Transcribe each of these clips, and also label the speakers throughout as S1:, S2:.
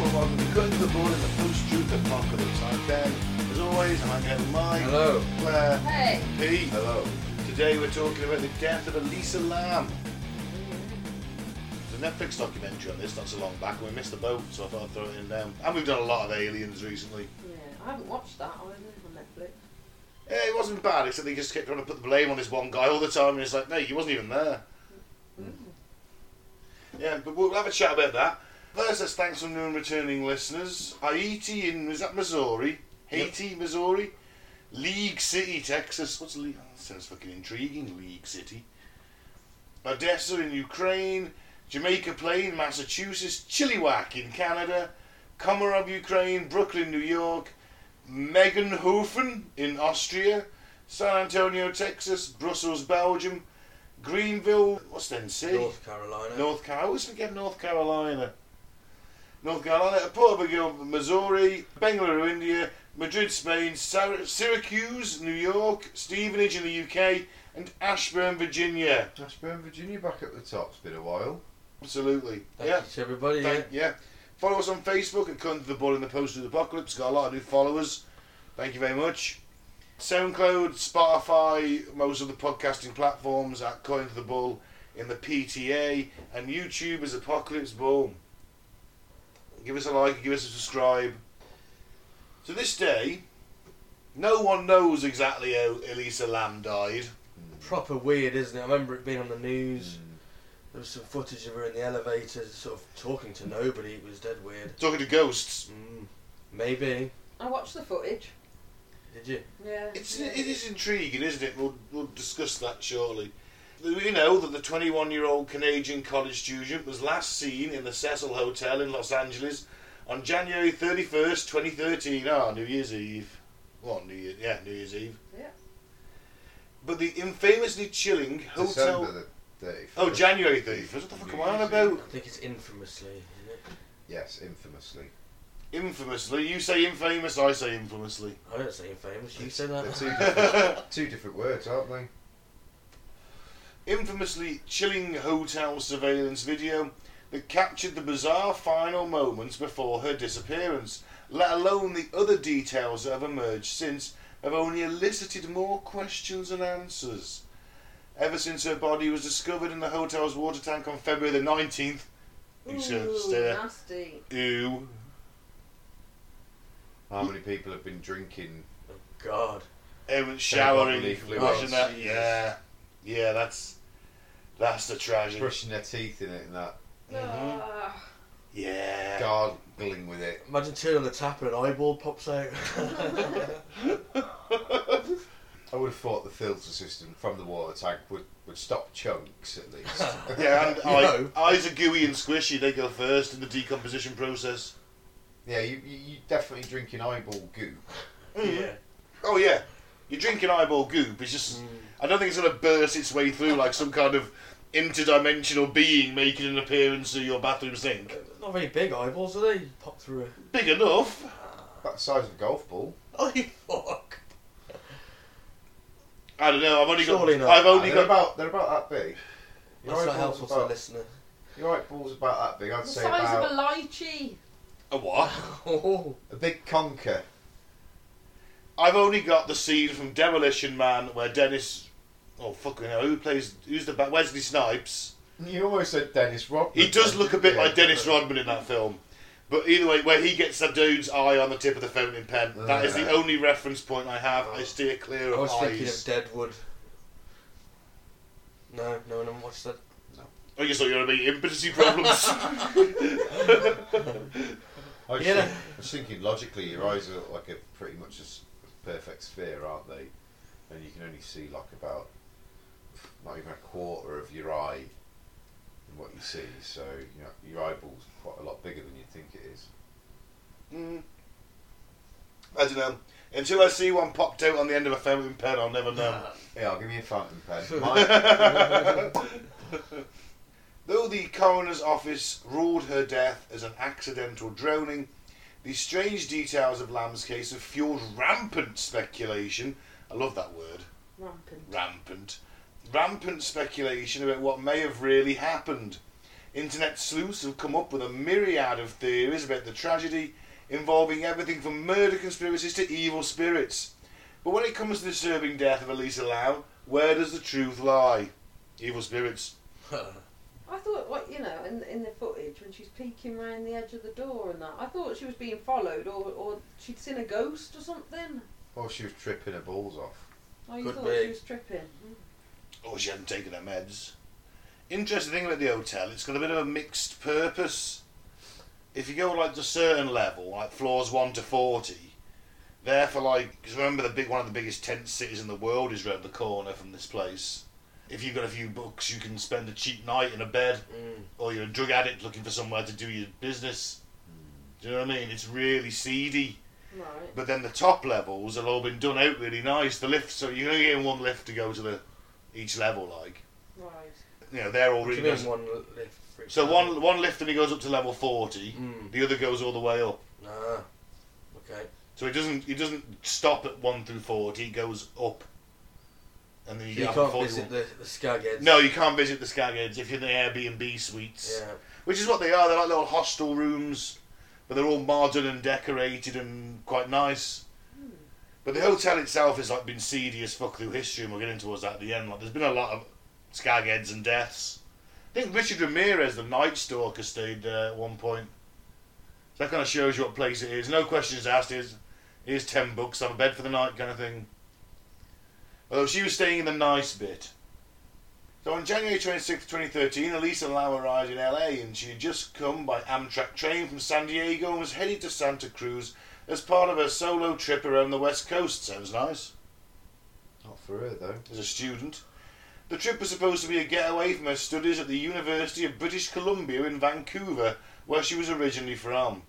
S1: going to the board in the post-truth apocalypse. I'm Ben. As always, I'm here with Mike.
S2: Hello.
S1: Claire.
S3: Hey.
S1: Pete.
S2: Hello.
S1: Today we're talking about the death of Elisa Lamb. There's a Netflix documentary on this not so long back, and we missed the boat, so I thought I'd throw it in there. And we've done a lot of aliens recently.
S3: Yeah, I haven't watched that. I was on Netflix.
S1: Yeah, it wasn't bad, except they just kept trying to put the blame on this one guy all the time, and it's like, no, he wasn't even there. Yeah, but we'll have a chat about that. First, let's thanks from new and returning listeners. Haiti in, is that Missouri? Haiti, Missouri? League City, Texas. What's League? Oh, that sounds fucking intriguing, League City. Odessa in Ukraine. Jamaica Plain, Massachusetts. Chilliwack in Canada. Komarov, Ukraine. Brooklyn, New York. Megenhofen in Austria, San Antonio, Texas, Brussels, Belgium, Greenville, what's the NC?
S2: North Carolina.
S1: North Carolina. I always forget North Carolina. North Carolina, Puerto Rico, Missouri, Bengaluru, India, Madrid, Spain, Syr- Syracuse, New York, Stevenage in the UK, and Ashburn, Virginia.
S4: Ashburn, Virginia back at the top. It's been a while.
S1: Absolutely.
S2: Thank
S1: yeah.
S2: you to everybody. Yeah.
S1: Thank, yeah. Follow us on Facebook at Come to the Ball in the Post of the Apocalypse. Got a lot of new followers. Thank you very much. SoundCloud, Spotify, most of the podcasting platforms at Coin to the Bull in the PTA, and YouTube is Apocalypse Bull. Give us a like, give us a subscribe. To this day, no one knows exactly how Elisa Lam died.
S2: Proper weird, isn't it? I remember it being on the news. There was some footage of her in the elevator, sort of talking to nobody. It was dead weird.
S1: Talking to ghosts.
S2: Mm, maybe.
S3: I watched the footage.
S2: Did you?
S3: Yeah.
S1: It's, it is intriguing, isn't it? We'll, we'll discuss that shortly. We know that the 21 year old Canadian college student was last seen in the Cecil Hotel in Los Angeles on January 31st, 2013. Ah, New Year's Eve. Well, New Year, yeah, New Year's Eve.
S3: Yeah.
S1: But the infamously chilling hotel.
S4: December the 31st.
S1: Oh, January 31st. What the fuck am I on about?
S2: I think it's infamously. Isn't it?
S4: Yes, infamously.
S1: Infamously. You say infamous, I say infamously.
S2: I don't say infamous. You say that.
S4: They're two different, two different words, aren't they?
S1: infamously chilling hotel surveillance video that captured the bizarre final moments before her disappearance, let alone the other details that have emerged since have only elicited more questions and answers. Ever since her body was discovered in the hotel's water tank on February the 19th, you should
S3: Ooh,
S1: stare.
S3: nasty.
S1: Ew.
S4: How many people have been drinking?
S2: Oh, God.
S1: Everyone's showering.
S4: Probably
S1: Imagine
S4: fluids.
S1: that.
S2: Jesus.
S1: Yeah. Yeah, that's that's the tragic.
S4: Brushing their teeth in it and that,
S3: Ah.
S1: Yeah.
S4: gargling with it.
S2: Imagine turning on the tap and an eyeball pops out.
S4: I would have thought the filter system from the water tank would, would stop chunks at least.
S1: Yeah, and
S2: You
S1: eye,
S2: know.
S1: eyes are gooey and squishy. They go first in the decomposition process.
S4: yeah, you, you, you definitely drinking eyeball goo.
S2: yeah.
S1: Oh yeah, you're drinking eyeball goop. It's just
S2: Mm.
S1: I don't think it's gonna burst its way through like some kind of interdimensional being making an appearance to your bathroom sink.
S2: Not very big eyeballs, are they? Pop through. a-
S1: Big enough.
S4: About the size of a golf ball.
S2: Oh, you fuck.
S1: I don't know. I've only
S2: Surely
S1: got.
S2: not.
S1: I've only
S4: they're,
S1: got.
S4: about, they're about that big. Your
S2: That's not
S4: eyeball's
S2: helpful to the
S4: about-
S2: listener.
S4: Your eyeball's about that big. I'd
S3: the
S4: say
S3: size
S4: about
S3: of a lychee.
S1: A what?
S2: Oh,
S4: a big conker.
S1: I've only got the scene from Demolition Man where Dennis. Oh fucking hell! Who plays? Who's the ba- Wesley Snipes?
S4: You almost said Dennis Rodman.
S1: He does look a bit
S4: Yeah.
S1: like Dennis Rodman in that film. But either way, where he gets the dude's eye on the tip of the fountain pen, that is the
S4: Yeah.
S1: only reference point I have. I steer clear
S2: I
S1: of
S2: was thinking of
S1: eyes.
S2: Deadwood. No, no one ever watched that.
S1: I just thought you were having impotency problems.
S4: I was,
S2: Yeah.
S4: think- I was thinking logically, your eyes are like a pretty much a s- perfect sphere, aren't they? And you can only see like about not even a quarter of your eye in what you see. So you know, your eyeball's quite a lot bigger than you think it is.
S1: Mm. I don't know. Until I see one popped out on the end of a fountain pen, I'll never know.
S4: Yeah, I'll give me a fountain pen. Mine,
S1: Though the coroner's office ruled her death as an accidental drowning, the strange details of Lamb's case have fueled rampant speculation. I love that word.
S3: Rampant.
S1: rampant, rampant speculation about what may have really happened. Internet sleuths have come up with a myriad of theories about the tragedy, involving everything from murder conspiracies to evil spirits. But when it comes to the disturbing death of Elisa Lam, where does the truth lie? Evil spirits.
S3: I thought, what you know, in in the footage when she's peeking round the edge of the door and that, I thought she was being followed or or she'd seen a ghost or something.
S4: Well, she was tripping her balls off.
S3: Oh, you
S2: Could
S3: thought
S2: be.
S3: she was tripping.
S1: Or Oh, she hadn't taken her meds. Interesting thing about the hotel, it's got a bit of a mixed purpose. If you go like to a certain level, like floors one to forty, there for like, cause remember the big one of the biggest tent cities in the world is round the corner from this place. If you've got a few bucks, you can spend a cheap night in a bed,
S2: Mm.
S1: or you're a drug addict looking for somewhere to do your business. Do you know what I mean? It's really seedy.
S3: Right.
S1: But then the top levels have all been done out really nice. The lifts, so you're only getting one lift to go to the each level, like
S3: Right.
S1: you know, they're all
S2: What do
S1: really
S2: you mean
S1: nice.
S2: one lift? for each
S1: So
S2: level?
S1: one one lift only goes up to level forty.
S2: Mm.
S1: The other goes all the way up.
S2: Ah, okay.
S1: So it doesn't it doesn't stop at one through forty. It goes up, and then
S2: You,
S1: you, get up
S2: can't
S1: to 41.
S2: visit the, the Skagheads.
S1: No, you can't visit the Skagheads if you're in the Airbnb suites,
S2: Yeah.
S1: which is what they are. They're like little hostel rooms, but they're all modern and decorated and quite nice. But the hotel itself is like been seedy as fuck through history, and we'll get into towards that at the end. Like, there's been a lot of Skagheads and deaths. I think Richard Ramirez, the Night Stalker, stayed there at one point. So that kind of shows you what place it is. No questions asked. Is here's ten bucks. Have a bed for the night, kind of thing. Although she was staying in the nice bit. So on January 26, 2013, Elisa Lau arrived in LA and she had just come by Amtrak train from San Diego and was headed to Santa Cruz as part of her solo trip around the West Coast. Sounds nice.
S4: Not for her though.
S1: As a student. The trip was supposed to be a getaway from her studies at the University of British Columbia in Vancouver, where she was originally from.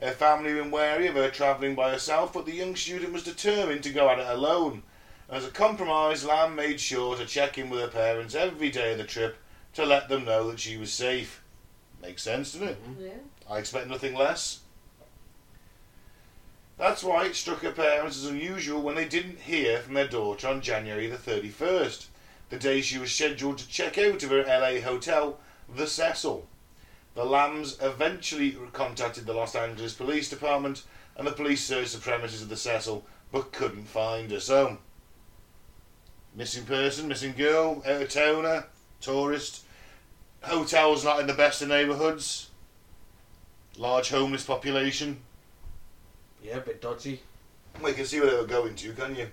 S1: Her family were wary of her travelling by herself, but the young student was determined to go at it alone. As a compromise, Lam made sure to check in with her parents every day of the trip to let them know that she was safe. Makes sense, doesn't it?
S3: Yeah.
S1: I expect nothing less. That's why it struck her parents as unusual when they didn't hear from their daughter on January the 31st, the day she was scheduled to check out of her LA hotel, the Cecil. The Lambs eventually contacted the Los Angeles Police Department and the police searched the premises of the Cecil but couldn't find her. So, missing person, missing girl, out of towner, tourist, hotels not in the best of neighbourhoods large homeless population.
S2: Yeah, a bit dodgy.
S1: Well, you can see where they were going to, can you?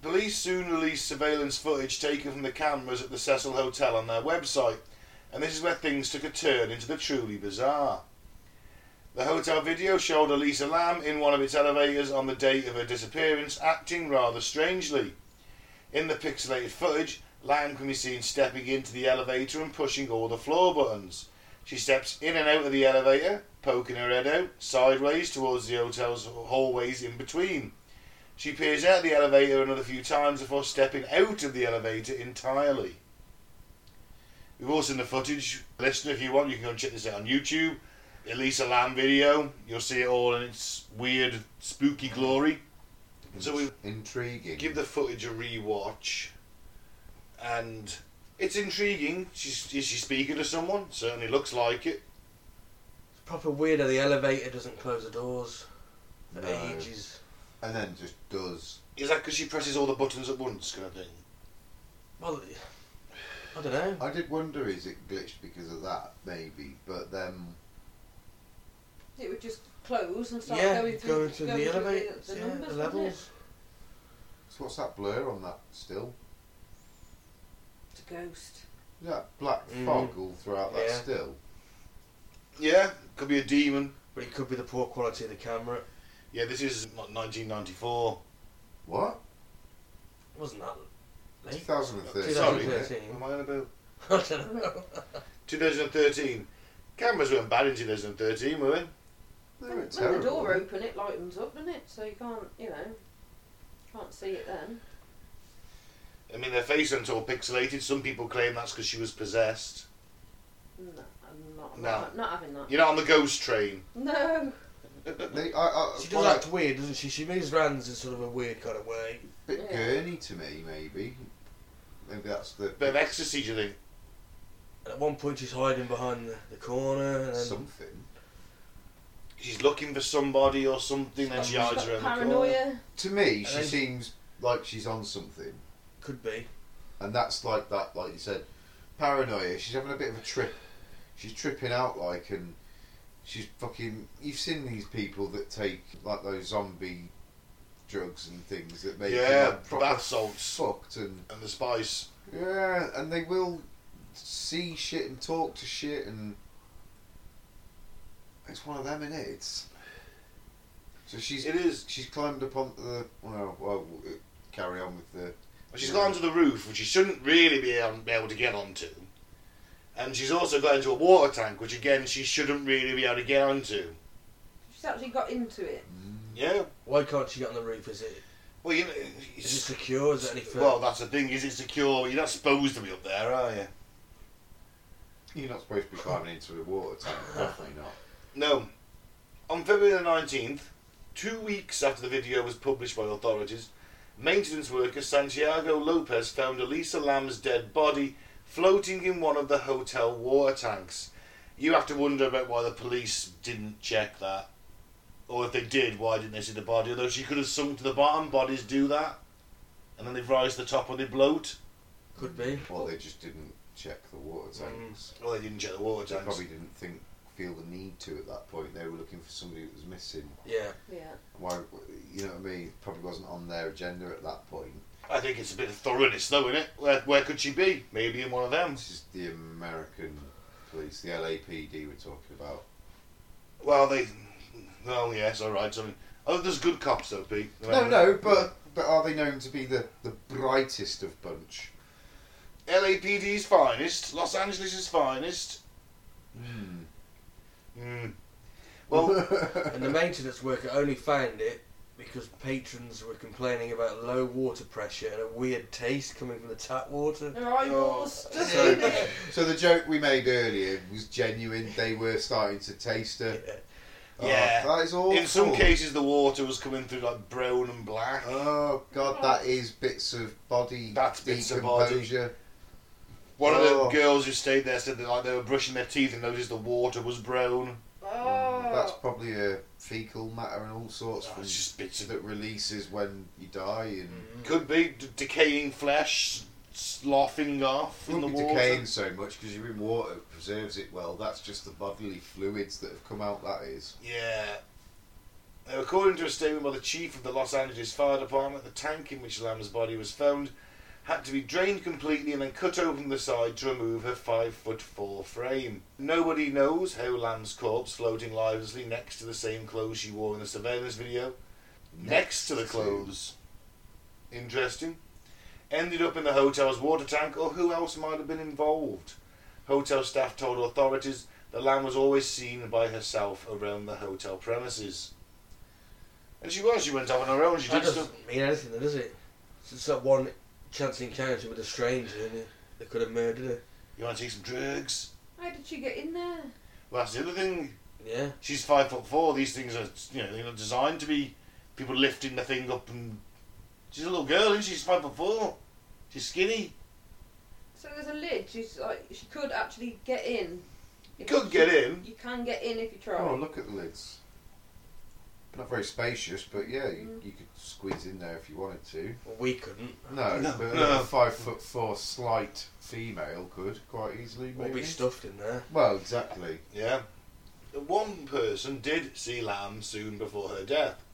S1: Police soon released surveillance footage taken from the cameras at the Cecil Hotel on their website, and this is where things took a turn into the truly bizarre. The hotel video showed Elisa Lam in one of its elevators on the date of her disappearance, acting rather strangely. In the pixelated footage, Lam can be seen stepping into the elevator and pushing all the floor buttons. She steps in and out of the elevator, poking her head out, sideways towards the hotel's hallways in between. She peers out the elevator another few times before stepping out of the elevator entirely. We've all seen the footage. Listen, if you want, you can go and check this out on YouTube. Elisa Lam video. You'll see it all in its weird, spooky glory. So we
S4: Intriguing.
S1: give the footage a rewatch, and it's intriguing. She's, is she speaking to someone? Certainly looks like it.
S2: Proper weirdo. The elevator doesn't close the doors for
S4: No.
S2: ages.
S4: and then just does.
S1: Is that because she presses all the buttons at once, kind of thing?
S2: Well, I don't know.
S4: I did wonder is it glitched because of that maybe, but then
S3: It would just close and start
S2: yeah,
S3: going through,
S2: going through the
S3: through
S2: elevator.
S3: the, the
S2: yeah,
S3: numbers,
S2: the
S3: wouldn't it?
S2: levels.
S4: so what's that blur on that still?
S3: It's a ghost.
S4: Is that black
S2: Mm.
S4: fog all throughout that
S2: Yeah.
S4: still?
S1: Yeah, could be a demon.
S2: But it could be the poor quality of the camera.
S1: Yeah, this is like 1994.
S4: What?
S2: It wasn't that late.
S4: 2013.
S1: Sorry,
S4: isn't it?
S2: 2013.
S1: am I on about?
S2: I don't know.
S1: 2013. Cameras weren't bad in 2013, were they?
S4: They were
S3: When, when the
S4: terrible.
S3: door open, it lightens up, doesn't it? So you can't, you know, can't see it then.
S1: I mean, their face went all pixelated. Some people claim that's because she was possessed.
S3: No, I'm not.
S1: No.
S3: Not, not having that.
S1: You're not on the ghost train.
S3: No.
S4: They, I, I,
S2: She
S4: well,
S2: does act weird, doesn't she? She moves around in sort of a weird kind of way.
S4: a bit
S3: Yeah.
S4: gurney to me maybe. Maybe that's the
S1: Bit of ecstasy, do you think?
S2: um, And at one point, she's hiding behind the, the corner, and then
S4: something.
S1: she's looking for somebody or something, then she hides her in the corner.
S3: Paranoia.
S4: To me, she
S2: then-
S4: seems like she's on something,
S2: Could be.
S4: and that's like that, like you said, paranoia. She's having a bit of a trip. She's tripping out, like, and she's fucking. You've seen these people that take like those zombie drugs and things that make
S1: Yeah,
S4: them like, proper
S1: bath salts.
S4: fucked and
S1: And the spice.
S4: Yeah, and they will see shit and talk to shit, and it's one of them in it. It's so she's
S1: It is.
S4: she's climbed up onto the well. Well, uh, carry on with the
S1: Well, She's
S4: Yeah.
S1: gone to the roof, which she shouldn't really be able, be able to get onto. And she's also got into a water tank, which again she shouldn't really be able to get onto.
S3: She's actually got into it.
S1: Yeah.
S2: Why can't she get on the roof? Is it
S1: Well, you know,
S2: is it
S1: it's,
S2: secure? Is it anything?
S1: well, that's the thing. Is it secure? You're not supposed to be up there, are you?
S4: You're not supposed to be climbing into a water tank, definitely not.
S1: No. On February the 19th, two weeks after the video was published by authorities, maintenance worker Santiago Lopez found Elisa Lam's dead body floating in one of the hotel water tanks. You have to wonder about why the police didn't check that. Or if they did, why didn't they see the body? Although she could have sunk to the bottom, bodies do that. And then they rise to the top when they bloat.
S2: Could be.
S4: Well, they just didn't check the water tanks.
S1: Well, they didn't check the water
S4: They
S1: tanks.
S4: probably didn't think feel the need to at that point. They were looking for somebody that was missing.
S2: Yeah.
S3: Yeah.
S4: Why? You know what I mean? Probably wasn't on their agenda at that point.
S1: I think it's a bit of thoroughness, though, isn't it? Where, where could she be? Maybe in one of them.
S4: This is the American police, the LAPD we're talking about.
S1: Well, they. Well, yes, all right. So, oh, there's good cops though, Pete.
S4: No, no, but but are they known to be the, the brightest of bunch?
S1: LAPD's finest, Los Angeles' finest.
S4: Mm.
S1: Mm. Well,
S2: And the maintenance worker only found it because patrons were complaining about low water pressure and a weird taste coming from the tap water.
S3: Her eyeballs
S1: Oh.
S3: just
S2: So-
S3: in it.
S4: so the joke we made earlier was genuine. They were starting to taste it. Oh,
S1: Yeah.
S4: that is awful.
S1: in some cases, the water was coming through like brown and black.
S4: Oh God, that is bits of body
S1: That's bits of body.
S4: decomposure.
S1: One of the
S4: Oh.
S1: girls who stayed there said that like they were brushing their teeth and noticed the water was brown.
S4: That's
S3: Oh.
S4: probably a fecal matter and all sorts
S1: Oh,
S4: from,
S1: it's just bits of Mm-hmm.
S4: that releases when you die and
S1: could be d- decaying flesh sloughing off in
S4: Wouldn't
S1: the
S4: be
S1: water.
S4: decaying so much because you're in water it preserves it well. That's just the bodily fluids that have come out. That is.
S1: Yeah. Now, according to a statement by the chief of the Los Angeles Fire Department, the tank in which Lamb's body was found had to be drained completely and then cut open the side to remove her five foot four frame. Nobody knows how Lamb's corpse floating lifelessly next to the same clothes she wore in the surveillance video, next, to the clothes. Interesting. Ended up in the hotel's water tank, or who else might have been involved? Hotel staff told authorities the lamb was always seen by herself around the hotel premises. And she was, she went off on her own, she
S2: That
S1: did stuff.
S2: doesn't mean anything, then, does it? It's just that one chance encounter with a stranger and it- they could have murdered her.
S1: You want to take some drugs?
S3: How did she get in there?
S1: Well, that's the other thing.
S2: Yeah.
S1: She's five foot four. These things are, you know, they're not designed to be people lifting the thing up. And she's a little girl, isn't she? She's five foot four. She's skinny.
S3: So there's a lid. She's like she could actually get in.
S1: You
S3: If
S1: could
S3: she-
S1: get in.
S3: You can get in if you try.
S4: Oh, look at the lids. Not very spacious, but yeah, you, you could squeeze in there if you wanted to.
S2: Well, we couldn't.
S4: No,
S1: No,
S4: but
S1: no.
S4: a five foot four slight female could quite easily.
S2: We'll
S4: Maybe.
S2: be stuffed in there.
S4: well, exactly.
S1: Yeah. One person did see Lamb soon before her death.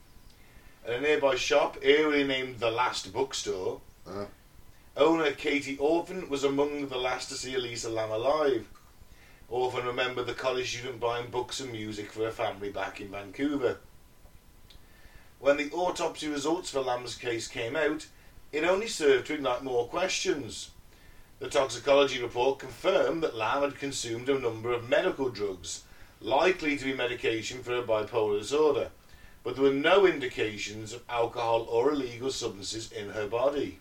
S1: At a nearby shop, eerily named The Last Bookstore,
S4: Uh.
S1: owner Katie Orphan was among the last to see Elisa Lamb alive. Orphan remembered the college student buying books and music for her family back in Vancouver. When the autopsy results for Lamb's case came out, it only served to ignite more questions. The toxicology report confirmed that Lamb had consumed a number of medical drugs, likely to be medication for her bipolar disorder, but there were no indications of alcohol or illegal substances in her body.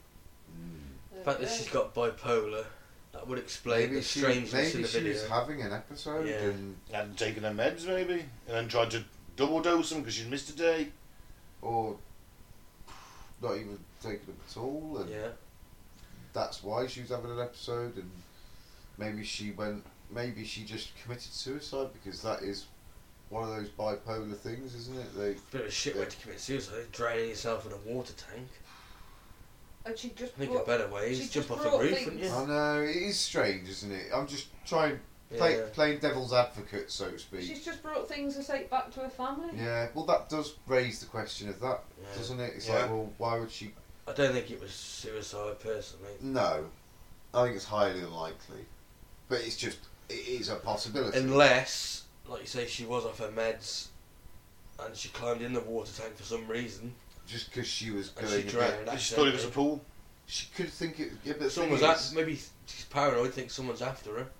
S2: The fact that she's got bipolar, that would explain the
S4: she-
S2: strangeness in
S4: maybe
S2: the
S4: she
S2: video.
S4: was having an episode
S2: Yeah.
S4: and
S1: Hadn't taken her meds, maybe, and then tried to double dose them because she'd missed a day.
S4: or not even taking them at all. And
S2: yeah.
S4: that's why she was having an episode and maybe she went maybe she just committed suicide because that is one of those bipolar things, isn't it? They
S2: Bit of a shit way to commit suicide. Drowning yourself in a water tank.
S3: And she just
S2: I think
S3: brought-
S2: a better way
S3: she
S2: is jump
S3: just
S2: off the
S3: brought
S2: roof,
S3: things.
S2: wouldn't you?
S4: I know it is strange, isn't it? I'm just trying play,
S2: Yeah.
S4: playing devil's advocate, so to speak.
S3: she's just brought things and say back to her family.
S4: Yeah, well, that does raise the question of that,
S2: Yeah.
S4: doesn't it? It's
S1: Yeah.
S4: like, well, why would she?
S2: I don't think it was suicide personally.
S4: No, I think it's highly unlikely, but it's just it is a possibility.
S2: Unless, like you say, she was off her meds and she climbed in the water tank for some reason
S4: just because she was
S2: and
S4: going,
S2: she
S4: a bit-
S2: drowned.
S1: She thought it was a
S2: accidentally.
S1: pool.
S4: she could think it. Yeah, but the
S2: Someone's
S4: thing
S2: at,
S4: is,
S2: maybe she's paranoid, thinks someone's after her.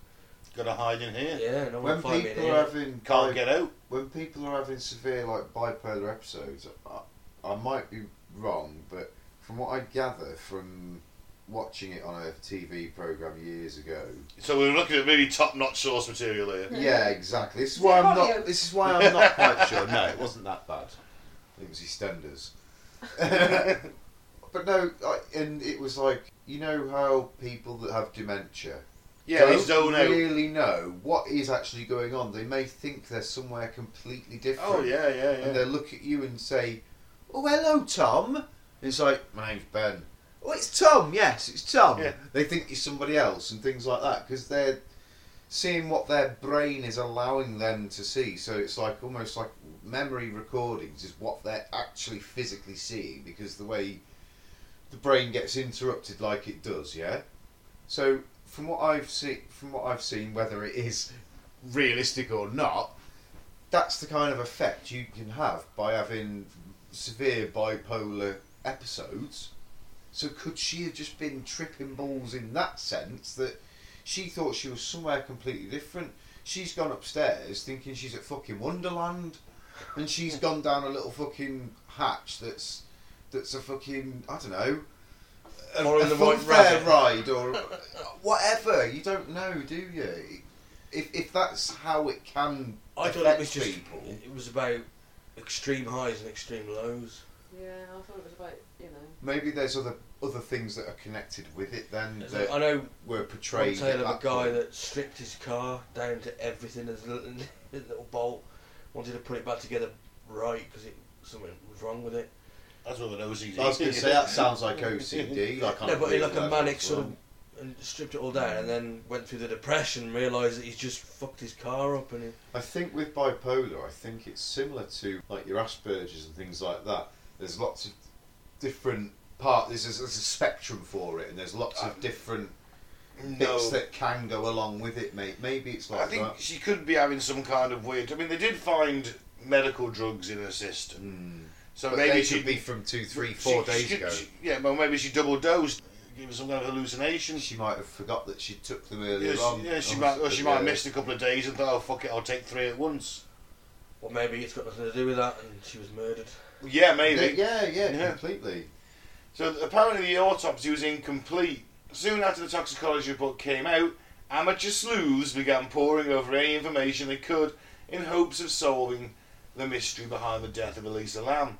S1: Gotta hide in here.
S2: Yeah, no one
S4: when
S2: find me in
S4: people
S2: here.
S4: are having
S1: Can't
S4: like,
S1: get out.
S4: when people are having severe like bipolar episodes, I, I might be wrong, but from what I gather from watching it on a TV program years ago,
S1: So we were looking at really top-notch source material here.
S4: yeah, exactly. This is why I'm not. This is why I'm not quite sure. No, it wasn't that bad. It was EastEnders. but no, I, and it was like you know how people that have dementia
S1: Yeah,
S4: don't
S1: they zone out.
S4: really know what is actually going on. They may think they're somewhere completely different.
S1: Oh yeah, yeah,
S4: and
S1: yeah.
S4: they'll look at you and say, "Oh, hello, Tom." And it's like, "My name's Ben." Oh, it's Tom. Yes, it's Tom.
S1: Yeah.
S4: They think you're somebody else and things like that because they're seeing what their brain is allowing them to see. So it's like almost like memory recordings is what they're actually physically seeing because the way the brain gets interrupted like it does. Yeah. So from what I've seen, from what I've seen, whether it is realistic or not, that's the kind of effect you can have by having severe bipolar episodes. So could she have just been tripping balls in that sense that she thought she was somewhere completely different? She's gone upstairs thinking she's at fucking Wonderland, and she's gone down a little fucking hatch that's that's a fucking I don't know. A,
S2: Following the
S4: a
S2: White
S4: funfair
S2: Rabbit.
S4: ride or whatever. You don't know, do you? If if that's how it can
S2: I thought it
S4: affect
S2: was just
S4: people.
S2: it was about extreme highs and extreme lows.
S3: Yeah, I thought it was about you know.
S4: Maybe there's other other things that are connected with it then
S2: It's like,
S4: that
S2: I know
S4: were
S2: one
S4: portrayed.
S2: tale
S4: at
S2: of a
S4: that
S2: guy
S4: point.
S2: that stripped his car down to everything as a little, his little bolt, wanted to put it back together right because something was wrong with it.
S1: That's what the nose is.
S4: I was going to say that sounds like OCD. Like
S2: No, but he like a manic sort of and stripped it all down, and then went through the depression, realised that he's just fucked his car up, and he,
S4: I think with bipolar, I think it's similar to like your Asperger's and things like that. There's lots of different part. There's, there's a spectrum for it, and there's lots of different bits that can go along with it, mate. Maybe it's like
S1: I think
S4: that.
S1: she could be having some kind of weird. I mean, they did find medical drugs in her system,
S4: Mm.
S1: so
S4: But
S1: maybe
S4: they
S1: she
S4: could be from two, three, four
S1: she-
S4: days
S1: she-
S4: ago.
S1: she- yeah, well, maybe she double dosed, gave her some kind of hallucination.
S4: She might have forgot that she took them earlier
S1: Yeah, she,
S4: on.
S1: yeah, she
S4: Oh,
S1: might. Or she might have
S4: yeah.
S1: missed a couple of days and thought, "Oh fuck it, I'll take three at once."
S2: or maybe it's got nothing to do with that, and she was murdered.
S1: Yeah, maybe.
S4: Yeah, yeah,
S1: Yeah.
S4: yeah, completely.
S1: So th- apparently the autopsy was incomplete. Soon after the toxicology report came out, amateur sleuths began poring over any information they could in hopes of solving the mystery behind the death of Elisa Lamb.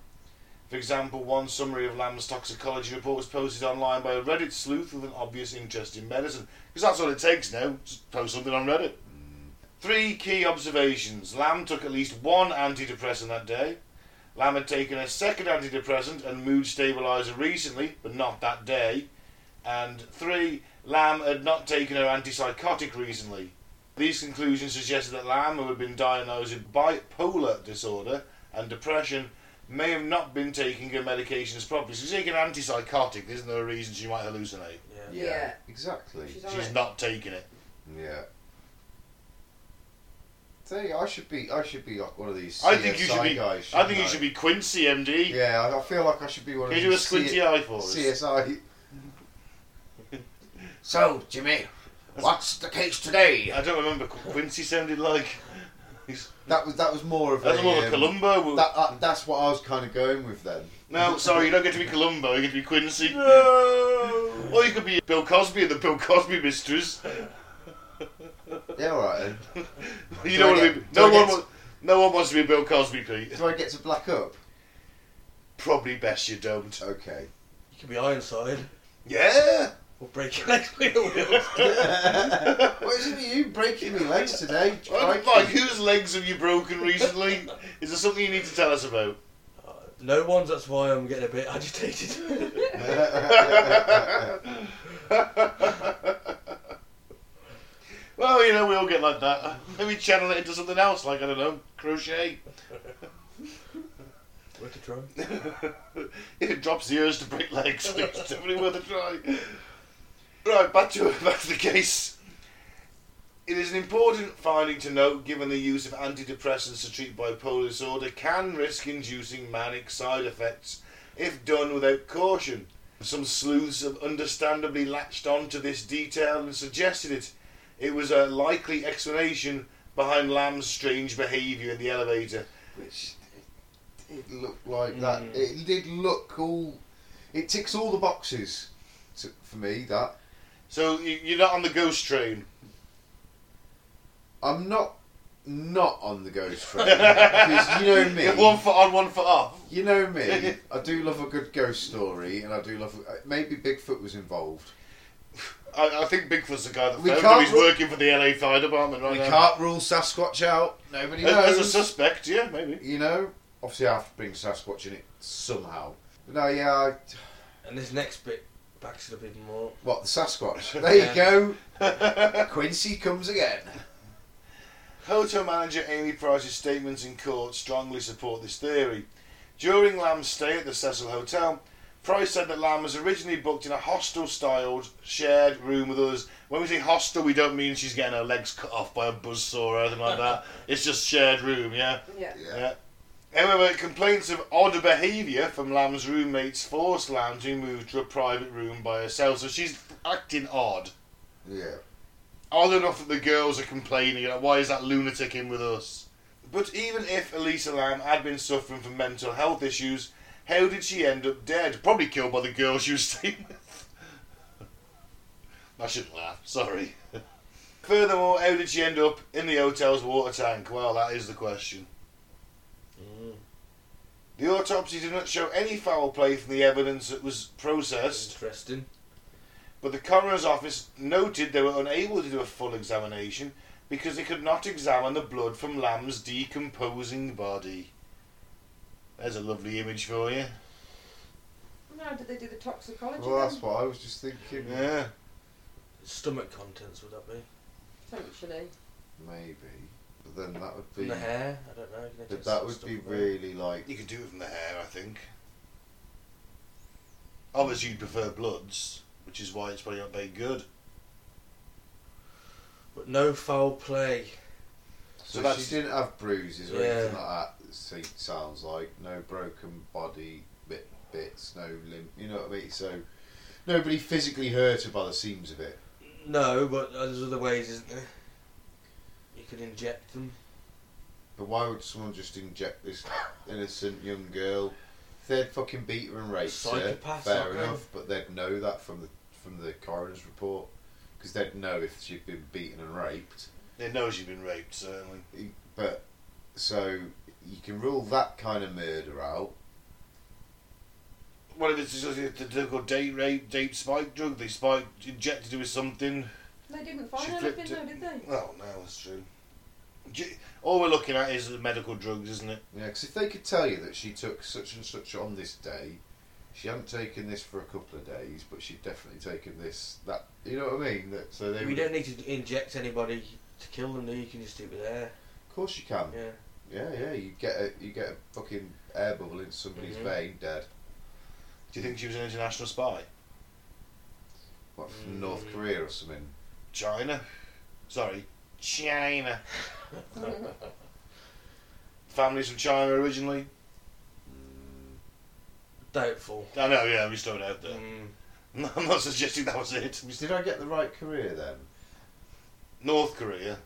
S1: For example, one summary of Lamb's toxicology report was posted online by a Reddit sleuth with an obvious interest in medicine. Because that's all it takes now, just post something on Reddit. Three key observations. Lamb took at least one antidepressant that day. Lamb had taken a second antidepressant and mood stabilizer recently, but not that day. And three, Lamb had not taken her antipsychotic recently. These conclusions suggested that Lamb, who had been diagnosed with bipolar disorder and depression, may have not been taking her medications properly. She's taking an antipsychotic, isn't there a reason she might hallucinate?
S2: Yeah.
S4: Yeah,
S3: Yeah.
S4: exactly.
S3: She's on
S1: She's
S3: it.
S1: not taking it.
S4: Yeah. Tell you, I should be, I should be like one of these.
S1: I think you should
S4: CSI
S1: be-
S4: Guys,
S1: I
S4: shouldn't
S1: think you should be Quincy, MD.
S4: Yeah, I- I feel like I should be one
S1: Can
S4: of
S1: you do a
S4: these
S1: squinty
S4: C-
S1: eye for us?
S4: CSI. so, Jimmy, what's the case today?
S1: I don't remember what Quincy sounded like.
S4: That was that was more of
S1: That's
S4: a.
S1: more of
S4: um,
S1: Columbo.
S4: that, that, that's what I was kind of going with then.
S1: No, sorry, you don't get to be Columbo, you get to be Quincy.
S2: No.
S1: Or you could be Bill Cosby and the Bill Cosby Mistress.
S4: Yeah, all right. Then.
S1: You
S4: Do
S1: don't
S4: I
S1: want to
S4: get-
S1: be.
S4: do
S1: No
S4: I
S1: one,
S4: get
S1: wa- no one wants to be Bill Cosby, Pete.
S4: Do I get to black up?
S1: Probably best you don't.
S4: Okay.
S2: You could be Ironside.
S1: Yeah!
S2: Or break your legs with your wheels.
S4: what is it with you breaking my legs today?
S1: Mike,
S4: Crikey.
S1: whose legs have you broken recently? Is there something you need to tell us about?
S2: No ones, that's why I'm getting a bit agitated.
S1: well, you know, we all get like that. Maybe channel it into something else, like, I don't know, crochet.
S2: Worth a try.
S1: If it drops the urge to break legs, it's definitely worth a try. Right, back to, back to the case. It is an important finding to note given the use of antidepressants to treat bipolar disorder can risk inducing manic side effects if done without caution. Some sleuths have understandably latched on to this detail and suggested it. It was a likely explanation behind Lamb's strange behaviour in the elevator.
S4: Which it, it looked like that.
S2: Mm.
S4: It did look all. It ticks all the boxes to, for me. That
S1: So you- you're not on the ghost train.
S4: I'm not not on the ghost train because you know
S1: You're one
S4: me.
S1: foot on, one foot off.
S4: You know me. I do love a good ghost story, and I do love. uh, Maybe Bigfoot was involved.
S1: I, I think Bigfoot's the guy that
S4: We
S1: found
S4: can't
S1: him. He's
S4: ru-
S1: working for the LA Fire Department right
S4: we
S1: now.
S4: can't rule Sasquatch out. Nobody
S1: As- As
S4: knows.
S1: a suspect, yeah, maybe.
S4: you know, obviously I have to bring Sasquatch in it somehow. But no, yeah, I,
S2: And this next bit backs it up even more.
S4: what the Sasquatch? There you
S2: Yeah.
S4: go. Quincy comes again.
S1: Hotel manager Amy Price's statements in court strongly support this theory. During Lamb's stay at the Cecil Hotel, Price said that Lamb was originally booked in a hostel styled shared room with others. When we say hostel, we don't mean she's getting her legs cut off by a buzzsaw or anything like that. It's just shared room, yeah?
S3: Yeah.
S1: Yeah. However, complaints of odd behaviour from Lamb's roommates forced Lamb to move to a private room by herself, so she's acting odd.
S4: Yeah.
S1: Odd enough that the girls are complaining, like, why is that lunatic in with us? But even if Elisa Lamb had been suffering from mental health issues, how did she end up dead? Probably killed by the girls she was staying with. I shouldn't laugh, sorry. Furthermore, how did she end up in the hotel's water tank? Well, that is the question.
S2: Mm.
S1: The autopsy did not show any foul play from the evidence that was processed,
S2: Interesting.
S1: but the coroner's office noted they were unable to do a full examination because they could not examine the blood from Lamb's decomposing body. There's a lovely image for you.
S3: Now, did they do the toxicology?
S4: Well, that's
S3: then?
S4: what I was just thinking.
S1: Yeah.
S2: Stomach contents, would that be?
S3: Potentially.
S4: Maybe. But then that would be.
S2: From the hair? I don't know. Can they
S4: But
S2: take
S4: that
S2: some
S4: would
S2: stuff
S4: be
S2: away?
S4: really like.
S1: You could do it from the hair, I think. Obviously, you'd prefer bloods, which is why it's probably not very good.
S2: But no foul play.
S1: So
S4: So,
S1: that's-
S4: she didn't have bruises or
S2: Yeah.
S4: anything like that. See, sounds like no broken body bit, bits, no limb. You know what I mean? So nobody physically hurt her by the seams of it.
S2: No, but there's other ways, isn't there? You can inject them.
S4: But why would someone just inject this innocent young girl? If they'd fucking beat her and raped her,
S2: Psychopath,
S4: fair
S2: aren't they?
S4: enough. But they'd know that from the from the coroner's report because they'd know if she'd been beaten and raped.
S1: They know she's been raped, certainly.
S4: But so you can rule that kind of murder out.
S1: What if it's just a typical date rape, date spike drug? They spiked, injected her with something.
S3: They didn't find
S1: She
S3: anything,
S1: flipped it.
S3: though, did they?
S1: Well, no, that's true. Ju- All we're looking at is the medical drugs, isn't it?
S4: Yeah, because if they could tell you that she took such and such on this day, she hadn't taken this for a couple of days, but she'd definitely taken this. That you know what I mean? That so they.
S2: We
S4: would-
S2: don't need to inject anybody to kill them, do you? You can just do it with air.
S4: Of course you can.
S2: Yeah.
S4: Yeah, yeah. You get a you get a fucking air bubble in somebody's
S1: Mm-hmm.
S2: Mhm.
S4: vein, dead.
S1: Do you think she was an international spy?
S4: What from
S1: Mm-hmm.
S2: Mm.
S4: North Korea or something?
S1: China? Sorry, China. Families from China originally?
S2: Doubtful.
S1: I know, yeah, we just throw it out there.
S2: Mm.
S1: I'm not suggesting that was it.
S4: Did I get the right Korea then?
S1: North Korea.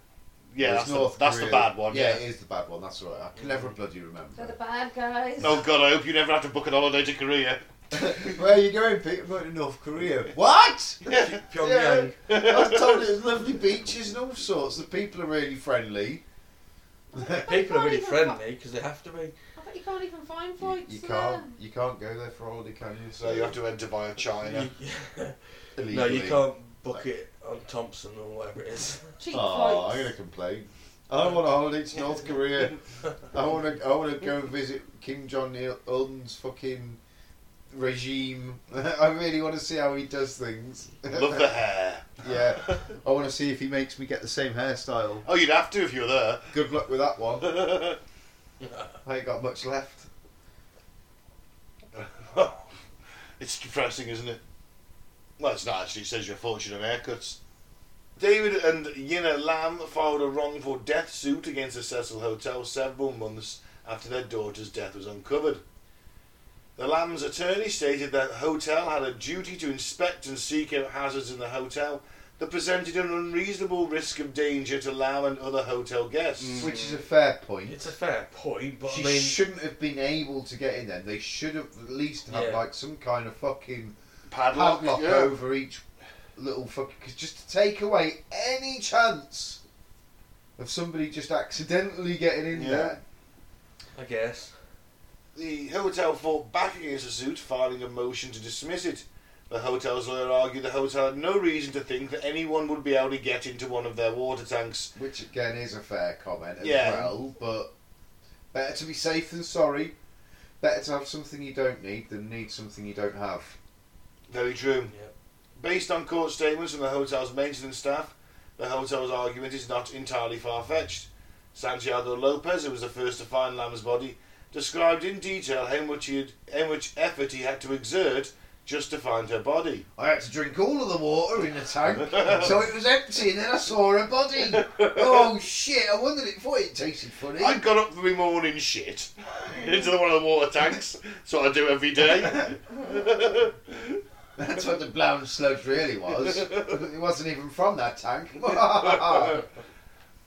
S1: Yeah,
S4: Or is
S1: that's,
S4: North
S1: the, that's the
S4: Korea-
S1: bad one.
S4: Yeah,
S1: Yeah. Mm.
S4: it is the bad one. That's all right. I can never bloody remember.
S3: They're the bad guys.
S1: Oh God, I hope you never have to book an holiday to Korea.
S4: Where are you going, Pete? I'm going to North Korea. What?
S1: Yeah.
S2: Pyongyang.
S4: I was told it was lovely beaches and all sorts. The people are really friendly.
S3: I bet they
S2: People are
S3: can't
S2: really
S3: even fi-
S2: friendly because they have to be.
S3: I bet You can't even find
S4: You,
S3: flights
S4: you
S3: there.
S4: can't you can't go there for holiday, can you?
S1: So you have to enter via China. Illegally.
S2: no, you can't book it on Thompson or whatever it is.
S3: Cheap
S4: Oh, I'm
S3: flights.
S4: going to complain. I want a holiday to North Korea. I want to. I want to go and visit Kim Jong Un's fucking regime. I really want to see how he does things.
S1: Love the hair.
S4: yeah, I want to see if he makes me get the same hairstyle.
S1: Oh, you'd have to if you were there.
S4: Good luck with that one. I ain't got much left.
S1: it's depressing, isn't it? Well, it's not actually. It says your fortune on haircuts. David and Yinna Lam filed a wrongful death suit against the Cecil Hotel several months after their daughter's death was uncovered. The Lam's attorney stated that the hotel had a duty to inspect and seek out hazards in the hotel that presented an unreasonable risk of danger to Lam and other hotel guests.
S4: Which is a fair point.
S2: Mm. It's a fair point, but
S4: she
S2: I mean,
S4: shouldn't have been able to get in there. They should have at least had
S2: Yeah.
S4: like some kind of fucking
S1: Padlock,
S4: padlock
S1: yeah.
S4: over each little fucking. Cause just to take away any chance of somebody just accidentally getting in
S1: Yeah.
S4: there.
S2: I guess.
S1: The hotel fought back against the suit, filing a motion to dismiss it. The hotel's lawyer argued the hotel had no reason to think that anyone would be able to get into one of their water tanks.
S4: Which again is a fair comment as
S1: Yeah.
S4: well, but better to be safe than sorry. Better to have something you don't need than need something you don't have.
S1: Very true.
S2: Yep.
S1: Based on court statements from the hotel's maintenance staff, the hotel's argument is not entirely far fetched. Santiago Lopez, who was the first to find Lamb's body, described in detail how much, he had, how much effort he had to exert just to find her body.
S4: I had to drink all of the water in the tank, so it was empty, and then I saw a body. Oh shit! I wondered if what it tasted funny.
S1: I got up for my morning shit into the one of the water tanks. That's what I do every day.
S4: That's what the brown sludge really was. It wasn't even from that tank.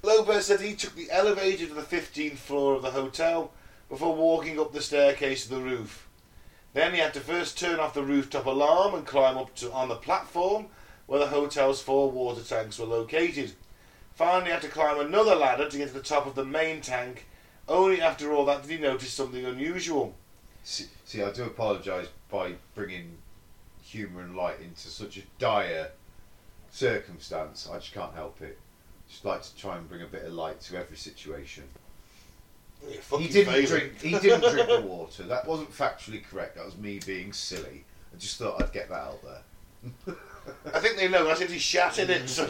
S1: Lopez said he took the elevator to the 15th floor of the hotel before walking up the staircase to the roof. Then he had to first turn off the rooftop alarm and climb up to on the platform where the hotel's four water tanks were located. Finally, he had to climb another ladder to get to the top of the main tank. Only after all that did he notice something unusual.
S4: see, see, I do apologise by bringing humour and light into such a dire circumstance. I just can't help it. Just like to try and bring a bit of light to every situation. He didn't drink. He didn't drink the water. That wasn't factually correct. That was me being silly. I just thought I'd get that out there.
S1: I think they know. I said he shat in it. So.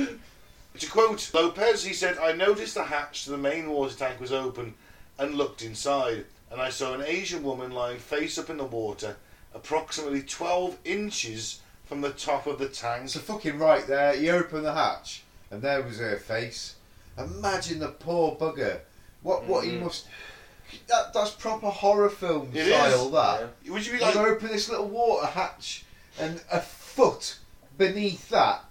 S1: to quote Lopez, he said, "I noticed the hatch to the main water tank was open, and looked inside, and I saw an Asian woman lying face up in the water, approximately 12 inches from the top of the tank."
S4: So fucking right there, he opened the hatch, and there was her face. Imagine the poor bugger. What what he
S2: Mhm.
S4: must. That, that's proper horror film
S1: Mm. It
S4: style.
S1: is.
S4: That
S1: Would you be
S4: you
S1: like,
S4: open this little water hatch, and a foot beneath that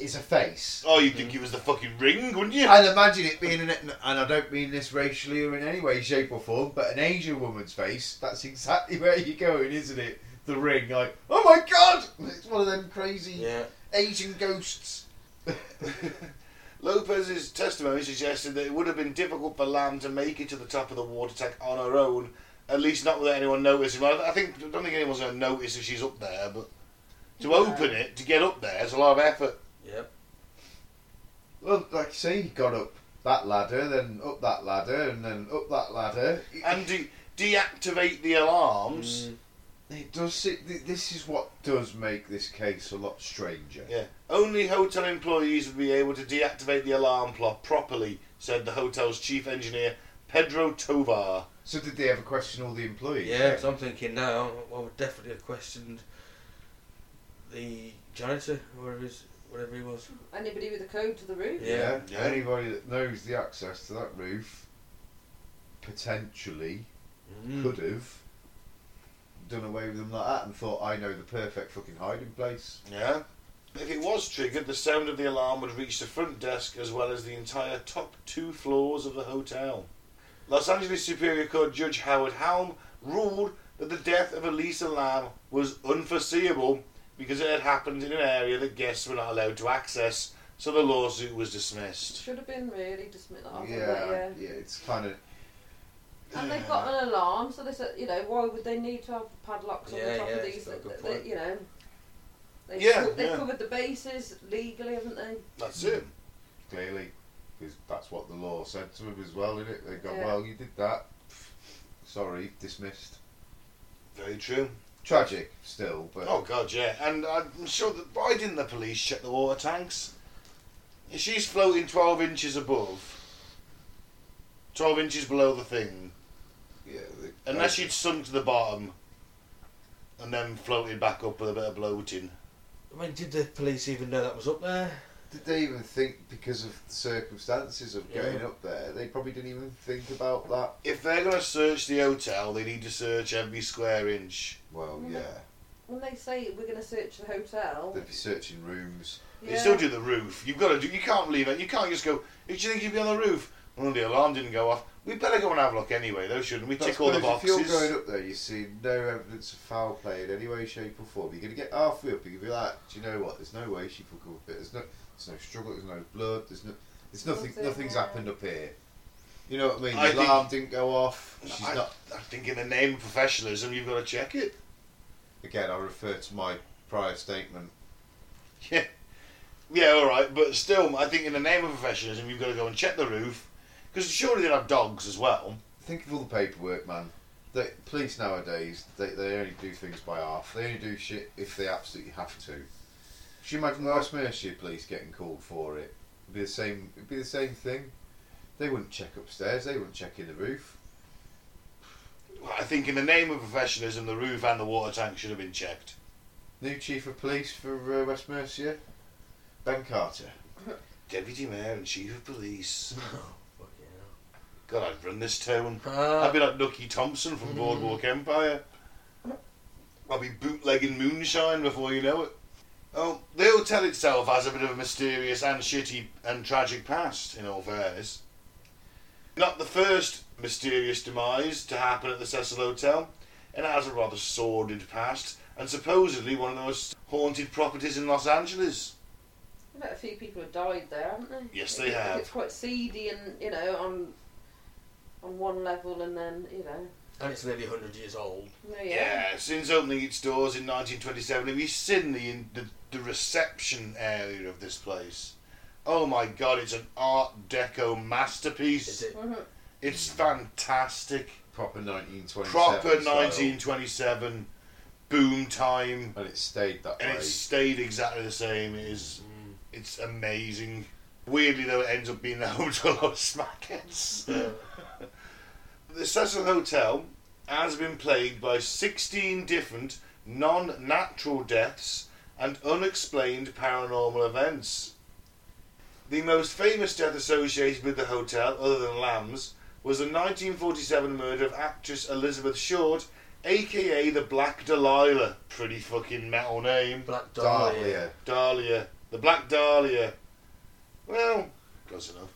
S4: is a face.
S1: "Oh, you'd think he was the fucking ring, wouldn't you?"
S4: And imagine it being an, and I don't mean this racially or in any way, shape or form, but an Asian woman's face. That's exactly where you're going, isn't it? The ring, like, oh my god, it's one of them crazy
S2: Yeah.
S4: Asian ghosts.
S1: Lopez's testimony suggested that it would have been difficult for Lam to make it to the top of the water tank on her own, at least not without anyone noticing. Well, I think I don't think anyone's going to notice that she's up there, but to
S3: Yeah.
S1: open it, to get up there, it's a lot of effort.
S2: Yep.
S4: Well, like you say, he got up that ladder, then up that ladder, and then up that ladder.
S1: And de- deactivate the alarms.
S2: Mm.
S4: It does. se- th this is what does make this case a lot stranger.
S1: Yeah. Only hotel employees would be able to deactivate the alarm plot properly, said the hotel's chief engineer, Pedro Tovar.
S4: So did they ever question all the employees?
S2: Yeah, because I'm thinking now, I would definitely have questioned the janitor, whatever, his, whatever he was.
S3: Anybody with a code to the roof?
S2: Yeah.
S1: Yeah.
S4: Anybody that knows the access to that roof potentially
S2: Mm.
S4: could have done away with them like that and thought, I know the perfect fucking hiding place.
S1: Yeah. If it was triggered, the sound of the alarm would reach the front desk as well as the entire top two floors of the hotel. Los Angeles Superior Court Judge Howard Helm ruled that the death of Elisa Lam was unforeseeable because it had happened in an area that guests were not allowed to access, so the lawsuit was dismissed.
S3: Should have been really dismissed.
S4: yeah, yeah, it's kind of.
S3: And they've got an alarm, so they said, you know, why would they need to have padlocks on
S2: Yeah,
S3: the top
S2: yeah,
S3: of
S2: it's
S3: these?
S2: got a
S3: That,
S2: good
S3: that-
S2: point.
S3: you know, they've,
S1: Yeah,
S3: co- they've
S1: yeah.
S3: covered the bases legally, haven't they?
S1: That's it.
S4: clearly, because that's what the law said to them as well, didn't it? They go,
S3: Yeah.
S4: well, you did that. Sorry, dismissed.
S1: Very true.
S4: Tragic still, but
S1: Oh god, yeah. And I'm sure that why didn't the police check the water tanks? If she's floating twelve inches above, twelve inches below the thing,
S4: yeah, the,
S1: unless she'd sunk to the bottom and then floated back up with a bit of bloating.
S2: I mean, did the police even know that was up there?
S4: Did they even think because of the circumstances of
S2: Yeah.
S4: going up there? They probably didn't even think about that.
S1: If they're gonna search the hotel, they need to search every square inch.
S4: Well,
S3: Mm.
S4: yeah,
S3: When they say we're going to search the hotel,
S4: they'd be searching rooms.
S1: They still do the roof. You've got to do. You can't leave it. You can't just go. Who do you think you'd be on the roof? Well, the alarm didn't go off. We better go and have a look anyway, though, shouldn't we?
S4: But I
S1: Tick all the
S4: suppose
S1: boxes.
S4: If you're going up there, you see no evidence of foul play in any way, shape, or form. You're going to get halfway up, you're going to be like, do you know what? There's no way she could go up it. There's no, there's no struggle. There's no blood. There's no, there's nothing.
S3: Nothing,
S4: nothing's
S3: yeah.
S4: happened up here. You know what I mean? The
S1: I think-
S4: alarm didn't go off. She's
S1: I,
S4: not.
S1: I think in the name of professionalism, you've got to check it.
S4: Again, I refer to my prior statement.
S1: Yeah, all right, but still, I think in the name of professionalism, you've got to go and check the roof because surely they'll have dogs as well.
S4: Think of all the paperwork, man. The police nowadays, they, they only do things by half. They only do shit if they absolutely have to. Should you imagine the West Mercia police getting called for it? It'd be the same. It'd be the same thing. They wouldn't check upstairs. They wouldn't check in the roof.
S1: I think in the name of professionalism, the roof and the water tank should have been checked.
S4: New chief of police for uh, West Mercia, Ben Carter.
S1: Deputy Mayor and Chief of Police.
S2: Oh, fucking hell.
S1: God, I'd run this town.
S2: Ah,
S1: I'd be like Nucky Thompson from Boardwalk Empire. I'll be bootlegging moonshine before you know it. Oh, the hotel itself has a bit of a mysterious and shitty and tragic past, in all fairness. Not the first mysterious demise to happen at the Cecil Hotel, and it has a rather sordid past, and supposedly one of the most haunted properties in Los Angeles.
S3: I bet a few people have died there, haven't they?
S1: Yes, they
S3: It-
S1: have.
S3: It's quite seedy, and you know, on on one level, and then you know,
S2: and it's nearly 100 years old.
S3: no, yeah.
S1: Yeah, since opening its doors in 1927, have you seen the, the the reception area of this place? Oh my God, it's an Art Deco masterpiece.
S2: Is it?
S3: Mhm.
S1: It's fantastic.
S4: Proper 1927.
S1: Proper
S4: style.
S1: 1927 boom time,
S4: And it stayed that
S1: and
S4: way.
S1: it's stayed exactly the same. It is,
S2: Mm.
S1: it's amazing. Weirdly though, it ends up being the home to a lot of smackheads. The Cecil Hotel has been plagued by 16 different non natural deaths and unexplained paranormal events. The most famous death associated with the hotel, other than Lamb's, was the 1947 murder of actress Elizabeth Short, aka the Black Delilah. Pretty fucking metal name.
S2: Black Dahlia.
S4: Dahlia.
S1: Dahlia. The Black Dahlia. Well, close enough.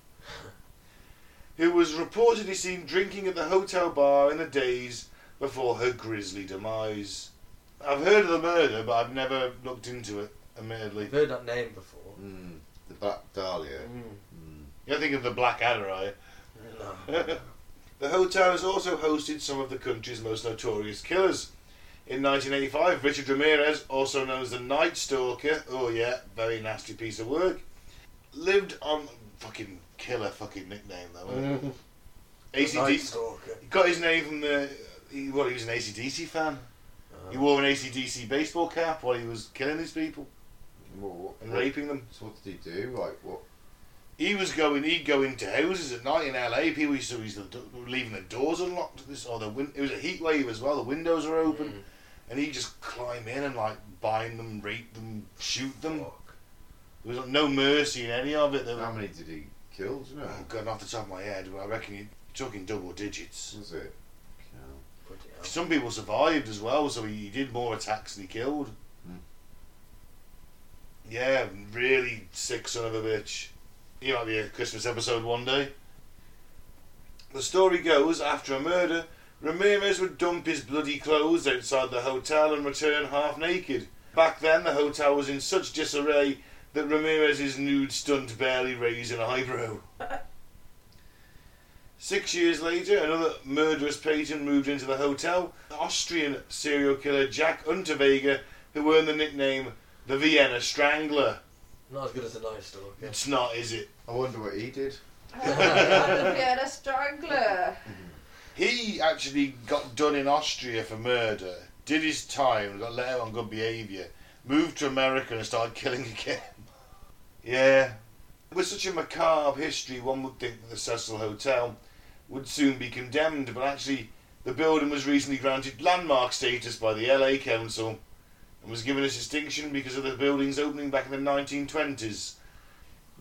S1: Who was reportedly seen drinking at the hotel bar in the days before her grisly demise. I've heard of the murder, but I've never looked into it, admittedly.
S2: I've heard that name before.
S4: Mm, the Black Dahlia.
S2: Mm.
S4: Mm.
S1: You're thinking of the Black Adder, are you?
S2: No.
S1: The hotel has also hosted some of the country's most notorious killers. In 1985, Richard Ramirez, also known as the Night Stalker, oh yeah, very nasty piece of work, lived on fucking killer fucking nickname though. wasn't it?
S2: Night
S1: ACDC
S2: Stalker.
S1: got his name from the he, well, he was an ACDC fan. He
S2: Uh,
S1: wore an ACDC baseball cap while he was killing these people
S4: Well, what,
S1: and
S4: what-
S1: raping them.
S4: So what did he do? Like what?
S1: He was going. He'd go into houses at night in LA. People used to, used to leaving the doors unlocked. This or the win- it was a heat wave as well. The windows were open,
S2: Mm.
S1: and he'd just climb in and like bind them, rape them, shoot them.
S2: Mm, Fuck.
S1: There was no mercy in any of it. There
S4: How
S1: was,
S4: many did he kill? Do you know?
S1: oh god, off the top of my head, I reckon you're talking double digits.
S4: Was it?
S2: Bloody hell.
S1: Some people survived as well, so he, he did more attacks than he killed.
S4: Mm.
S1: Yeah, really sick son of a bitch. He might be a Christmas episode one day. The story goes after a murder, Ramirez would dump his bloody clothes outside the hotel and return half naked. Back then, the hotel was in such disarray that Ramirez's nude stunt barely raised an eyebrow. Six years later, another murderous patron moved into the hotel. The Austrian serial killer Jack Unterweger, who earned the nickname the Vienna Strangler.
S2: Not as good as the night stalker.
S1: It's not, is it?
S4: I wonder what he did.
S3: I'm a Vienna strangler.
S1: He actually got done in Austria for murder, did his time, got let out on good behaviour, moved to America and started killing again. yeah. With such a macabre history, one would think that the Cecil Hotel would soon be condemned, but actually, the building was recently granted landmark status by the LA Council and was given a distinction because of the building's opening back in the 1920s.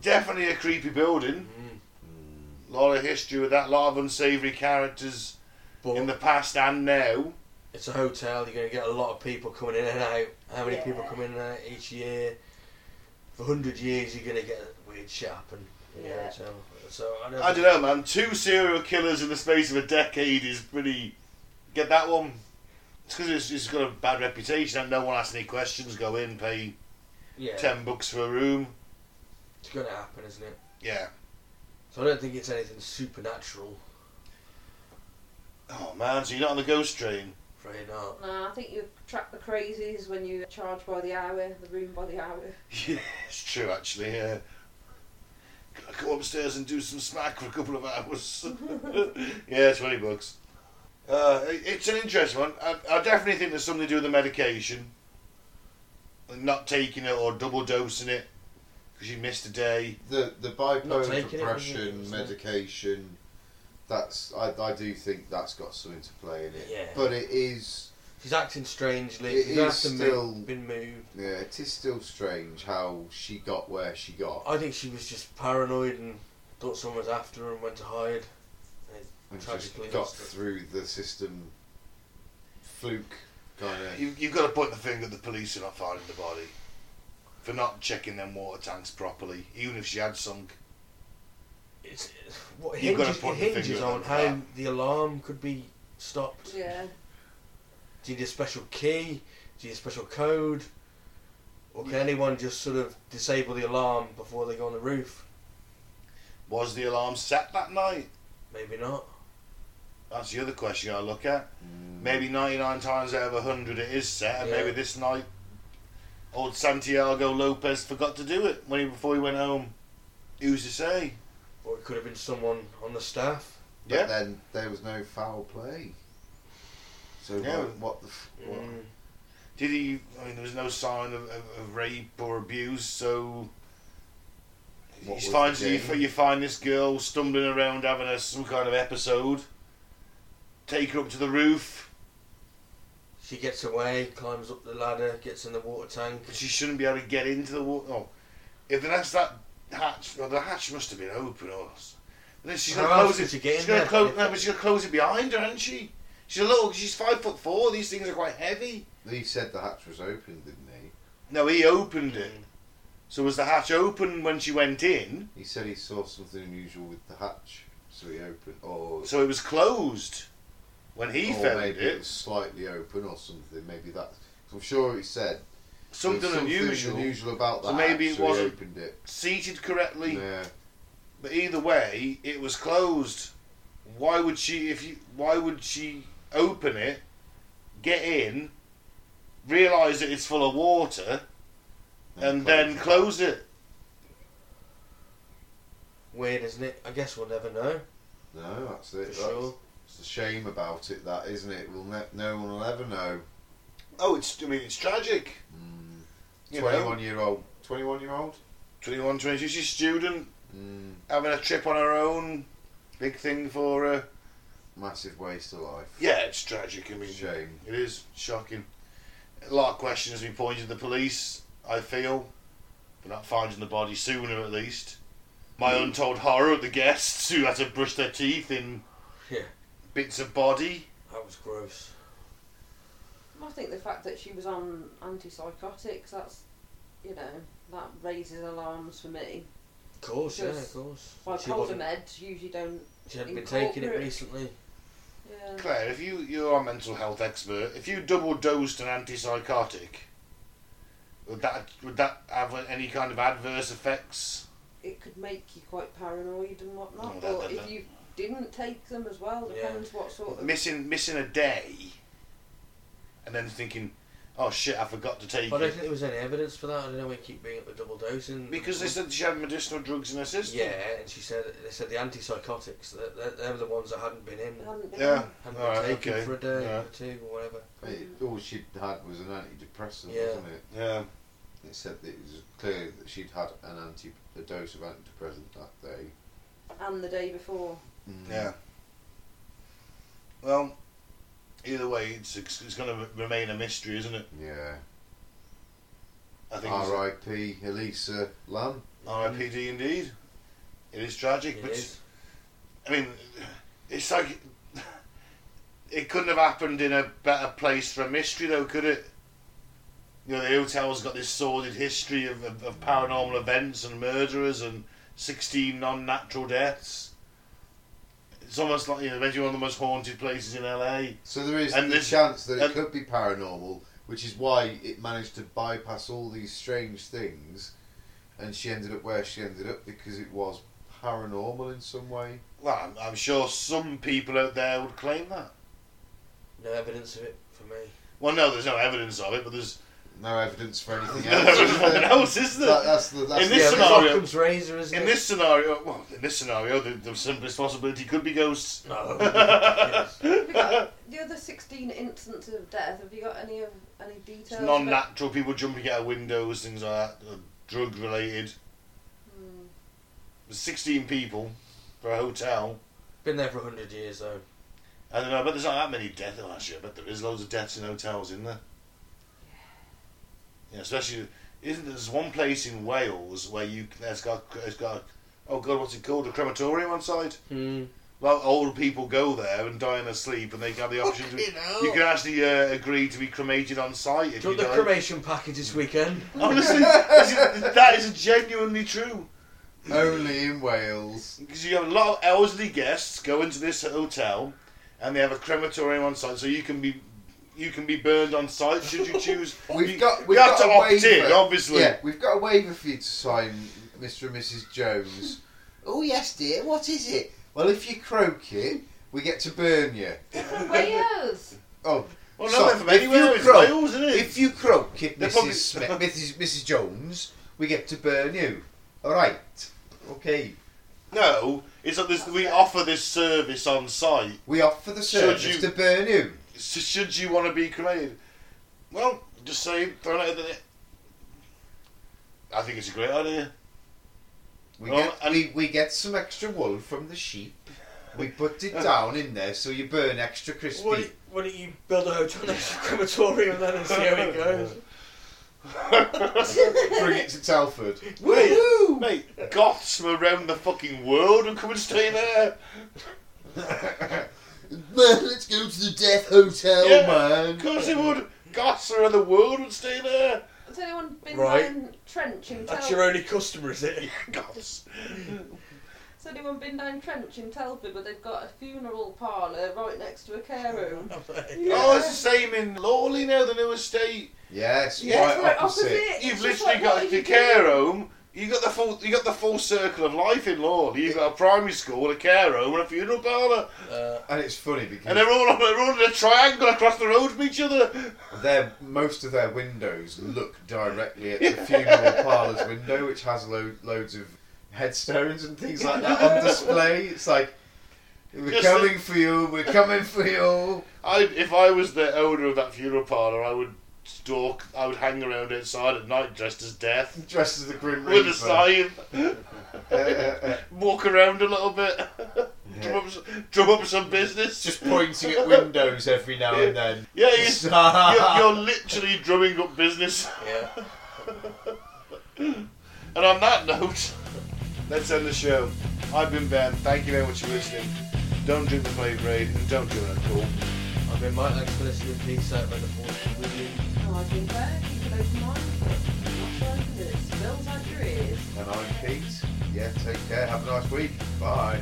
S1: Definitely a creepy building.
S2: Mm.
S1: A lot of history with that, lot of unsavoury characters
S2: But
S1: in the past and now.
S2: it's a hotel. You're going to get a lot of people coming in and out. How many people
S3: Yeah.
S2: come in and out each year? For hundred years, you're going to get weird shit happen in your
S3: Yeah.
S2: hotel. So I don't.
S1: I don't know, man. Two serial killers in the space of a decade is pretty. Get that one. It's because it's, it's got a bad reputation, and no one asks any questions. Go in, pay
S2: Yeah,
S1: ten bucks for a room.
S2: it's going to happen, isn't it?
S1: Yeah.
S2: So I don't think it's anything supernatural.
S1: Oh man, so you're not on the ghost train.
S2: Probably not.
S3: Nah, I think you track the crazies when you charge by the hour, the room by the hour.
S1: Yeah, it's true actually. Yeah. Can I go upstairs and do some smack for a couple of hours? yeah, twenty bucks. Uh, it- it's an interesting one. I, I definitely think there's something to do with the medication, and not taking it or double dosing it because you missed a day.
S4: The the
S2: Not
S4: bipolar
S2: taking it, wasn't
S4: depression
S2: it, wasn't it?
S4: medication. That's I, I do think that's got something to play in it.
S2: Yeah.
S4: But it is
S2: She's acting strangely.
S4: It
S2: She's gonna
S4: is
S2: have to
S4: still-
S2: move, been moved.
S4: yeah, it is still strange how she got where she got.
S2: I think she was just paranoid and thought someone was after her and went to hide.
S4: and just
S2: tragically
S4: got
S2: lost it.
S4: through the system fluke kind of
S1: You, you've got to point the finger at the police for not finding the body, for not checking them water tanks properly, even if she had sunk.
S2: It's, what
S1: You've gotta
S2: hinges, it
S1: point the
S2: hinges
S1: finger at
S2: on
S1: them for
S2: how
S1: that.
S2: the alarm could be stopped.
S3: Yeah.
S2: Do you need a special key? Do you need a special code? Or can anyone just sort of disable the alarm before they go on the roof?
S1: Was the alarm set that night?
S2: Maybe not.
S1: That's the other question I look at.
S4: Mm,
S1: Maybe 99 times out of 100 it is set, and
S2: Yeah.
S1: maybe this night old Santiago Lopez forgot to do it when he, before he went home. Who's to say?
S2: Or it could have been someone on the staff.
S4: But
S1: Yeah.
S4: then there was no foul play. So
S1: Yeah.
S4: what, what the f- what,
S2: Mm.
S1: Did he? I mean, there was no sign of, of, of rape or abuse, so.
S4: What
S1: you
S4: was
S1: find,
S4: the
S1: you,
S4: game?
S1: fi- you find this girl stumbling around having a, some kind of episode. Take her up to the roof,
S2: She gets away, climbs up the ladder, gets in the water tank.
S1: but she shouldn't be able to get into the water. Oh, if that's that hatch, well, the hatch must have been open. Or s- but then she's
S2: How
S1: gonna
S2: else
S1: close it.
S2: could you get in
S1: she's gonna
S2: there?
S1: close. No, but she's gonna close it behind her, isn't she? She's a little. She's five foot four. These things are quite heavy.
S4: he said the hatch was open, didn't he?
S1: No, he opened it.
S2: Mm.
S1: So was the hatch open when she went in?
S4: He said he saw something unusual with the hatch, so he opened, or,
S1: So it was closed when he
S4: or
S1: found
S4: Oh, maybe
S1: it.
S4: it was slightly open or something. Maybe that. I'm sure he said there was
S1: Something, unusual.
S4: unusual about the
S1: So
S4: hatch.
S1: maybe it
S4: so
S1: wasn't-
S4: He opened it.
S1: Seated correctly,
S4: Yeah.
S1: but either way, it was closed. Why would she? If you, why would she open it, get in, realize that it's full of water, and, then close it?
S2: Weird, isn't it? I guess we'll never know
S4: No, that's
S2: for
S4: it. that's,
S2: sure.
S4: It's the shame about it, that isn't it? We'll ne- no one will ever know.
S1: Oh, it's. I mean, it's tragic.
S4: Mm.
S1: You know?
S4: Twenty-one year old. Twenty-one year old.
S1: 21, 22, she's a student
S4: Mm.
S1: having a trip on her own. Big thing for her.
S4: Massive waste of life.
S1: Yeah, it's tragic. I mean,
S4: Shame.
S1: It is shocking. A lot of questions we pointed to the police, I feel, for not finding the body sooner at least. My untold horror at the guests who had to brush their teeth in
S2: Yeah.
S1: bits of body.
S2: That was gross.
S3: I think the fact that she was on antipsychotics, that's, you know, that raises alarms for me.
S2: Of course, yeah, of
S3: Just
S2: course. She
S3: Bipolar
S2: wasn't-
S3: meds usually don't.
S2: She hadn't
S3: in
S2: been taking it
S3: corporate.
S2: recently.
S3: Yeah.
S1: Claire, if you, you're our mental health expert, if you double dosed an antipsychotic, would that would that have any kind of adverse effects?
S3: It could make you quite paranoid and whatnot.
S1: No, that-
S3: but
S1: that-
S3: if
S1: that-
S3: you didn't take them as well.
S2: Mm, Yeah.
S3: Depends what sort of.
S1: missing missing a day, and then thinking, oh shit, I forgot to take
S2: I don't
S1: it
S2: think there was any evidence for that. I don't know why you keep bringing up the double dosing.
S1: because they said she had medicinal drugs in her system.
S2: Yeah, and she said they said the antipsychotics. They, they, they were the ones that hadn't been in,
S3: They hadn't been
S1: Yeah.
S2: hadn't
S1: Alright,
S2: been taken
S1: okay.
S2: for a day
S1: Yeah.
S2: or two or whatever.
S4: It, all she'd had was an antidepressant,
S2: Yeah.
S4: wasn't it?
S1: Yeah.
S4: It said that it was clear that she'd had an anti a dose of antidepressant that day.
S3: And the day before.
S2: Mm.
S1: Yeah. Well, either way, it's it's going to remain a mystery, isn't it?
S4: Yeah.
S1: I think. it's-
S4: R.I.P. Elisa Lam.
S1: R.I.P.D. Indeed, it is tragic,
S2: It
S1: but
S2: is.
S1: I mean, it's like it couldn't have happened in a better place for a mystery, though, could it? You know, the hotel's got this sordid history of, of, of paranormal events and murderers and sixteen non-natural deaths. It's almost like you know, maybe one of the most haunted places in LA.
S4: So there is
S1: And
S4: the
S1: this-
S4: chance that
S1: and-
S4: it could be paranormal, which is why it managed to bypass all these strange things, and she ended up where she ended up because it was paranormal in some way.
S1: Well, I'm, I'm sure some people out there would claim that.
S2: No evidence of it for me.
S1: Well, no, there's no evidence of it, but there's
S4: No evidence for anything
S1: no
S4: else. is
S1: evidence of
S4: there?
S1: it else, is there?
S4: That, that's the that's
S1: In
S4: the
S1: this
S2: yeah, but it's
S4: evidence.
S1: scenario-
S2: Occam's razor, isn't
S1: In
S2: it?
S1: this scenario, well, in this scenario, the, the simplest possibility could be ghosts.
S2: no. Yes.
S3: Have you got the other sixteen instances of death? Have you got any of any
S1: It's
S3: details? about-
S1: non-natural people jumping out of windows, things like that, uh, drug-related.
S3: Hmm.
S1: There's 16 people for a hotel.
S2: Been there for hundred years though.
S1: I don't know, but there's not that many deaths. Oh, actually, I bet there is loads of deaths in hotels, isn't there? Yeah, especially isn't there- there's one place in Wales where you there's got it's got oh god what's it called a crematorium on site.
S2: Hmm.
S1: Well, old people go there and die in their sleep, and they have the option to.
S2: Fucking hell.
S1: You can actually uh, agree to be cremated on site if
S2: Do you
S1: you
S2: want the
S1: die.
S2: cremation package this weekend?
S1: Honestly, this is- that is genuinely true.
S4: Only in Wales.
S1: Because you have a lot of elderly guests go into this hotel, and they have a crematorium on site, so you can be you can be burned on site should you choose.
S4: We've
S1: You-
S4: got
S1: you
S4: we've
S1: have
S4: got
S1: to
S4: a
S1: opt
S4: waiver.
S1: in, obviously.
S4: Yeah, we've got a waiver for you to sign, Mr. and Mrs. Jones. oh yes, dear. What is it? Well, if you croak it, we get to burn you.
S3: Wales.
S4: Oh,
S1: Well,
S4: So,
S1: no, they're from
S4: if
S1: anywhere.
S4: you
S1: It's
S4: grow-
S1: Wales, isn't it?
S4: If you croak at
S1: They're
S4: Mrs.
S1: probably-
S4: Smith, Mrs. Mrs. Jones, we get to burn you. All right. Okay.
S1: no, it's like this, we offer this service on site.
S4: We opt for the
S1: Should
S4: service
S1: you-
S4: to burn you.
S1: So should you want to be cremated? Well, just say throw it out there. I think it's a great idea.
S4: We,
S1: Well,
S4: get,
S1: and-
S4: we, we get some extra wool from the sheep. We put it down in there so you burn extra crispy.
S2: Why don't- why don't you build a hotel next to a crematorium then and see how it goes?
S4: Bring it to Telford.
S1: Woo! Mate, goths from around the fucking world would come and stay there.
S4: Let's go to the Death Hotel,
S1: Yeah. Of
S4: man.
S1: course they would. Goths around the world would stay there.
S3: Has anyone been
S2: Right.
S3: down Trench in
S2: That's
S3: Telford?
S2: your only customer, is it?
S1: Goths.
S3: Has anyone been down Trench in Telford where they've got a funeral parlour right next to a care room?
S2: Uh,
S1: Oh, it's the same in Lawley now, the new estate.
S4: Yes,
S1: Yeah,
S4: right
S3: It's right
S4: opposite.
S3: opposite.
S1: You've
S3: It's just
S1: literally
S3: like, what
S1: got
S3: are
S1: the
S3: you
S1: care home. You got the full. You got the full circle of life in Lawley. You've got a primary school, a care home, and a funeral parlour,
S2: Uh,
S4: And it's funny because
S1: and they're all on, they're all in a triangle across the road from each other.
S4: their most of their windows look directly at the funeral parlour's window, which has lo- loads of headstones and things like that on display. It's like we're
S1: Just
S4: coming for you, we're coming for you.
S1: I, if I was the owner of that funeral parlour, I would stalk. I would hang around outside at night dressed as death
S4: Dressed as the Grim Reaper.
S1: with a scythe,
S4: Uh, uh,
S1: walk around a little bit, drum, up, s- drum up some business.
S4: just pointing at windows every now and then.
S1: Yeah, you, you're, you're literally drumming up business.
S2: yeah.
S1: And on that note, let's end the show. I've been Ben. Thank you very much for listening. Don't drink the Playgrade and don't do it at all.
S2: I've been Mike. Thanks for listening. Peace out. May the force be with you.
S3: Oh, I've been there, keep an open mind, but not sure that it spills out your ears.
S4: and I'm Pete. Yeah, take care. Have a nice week. Bye.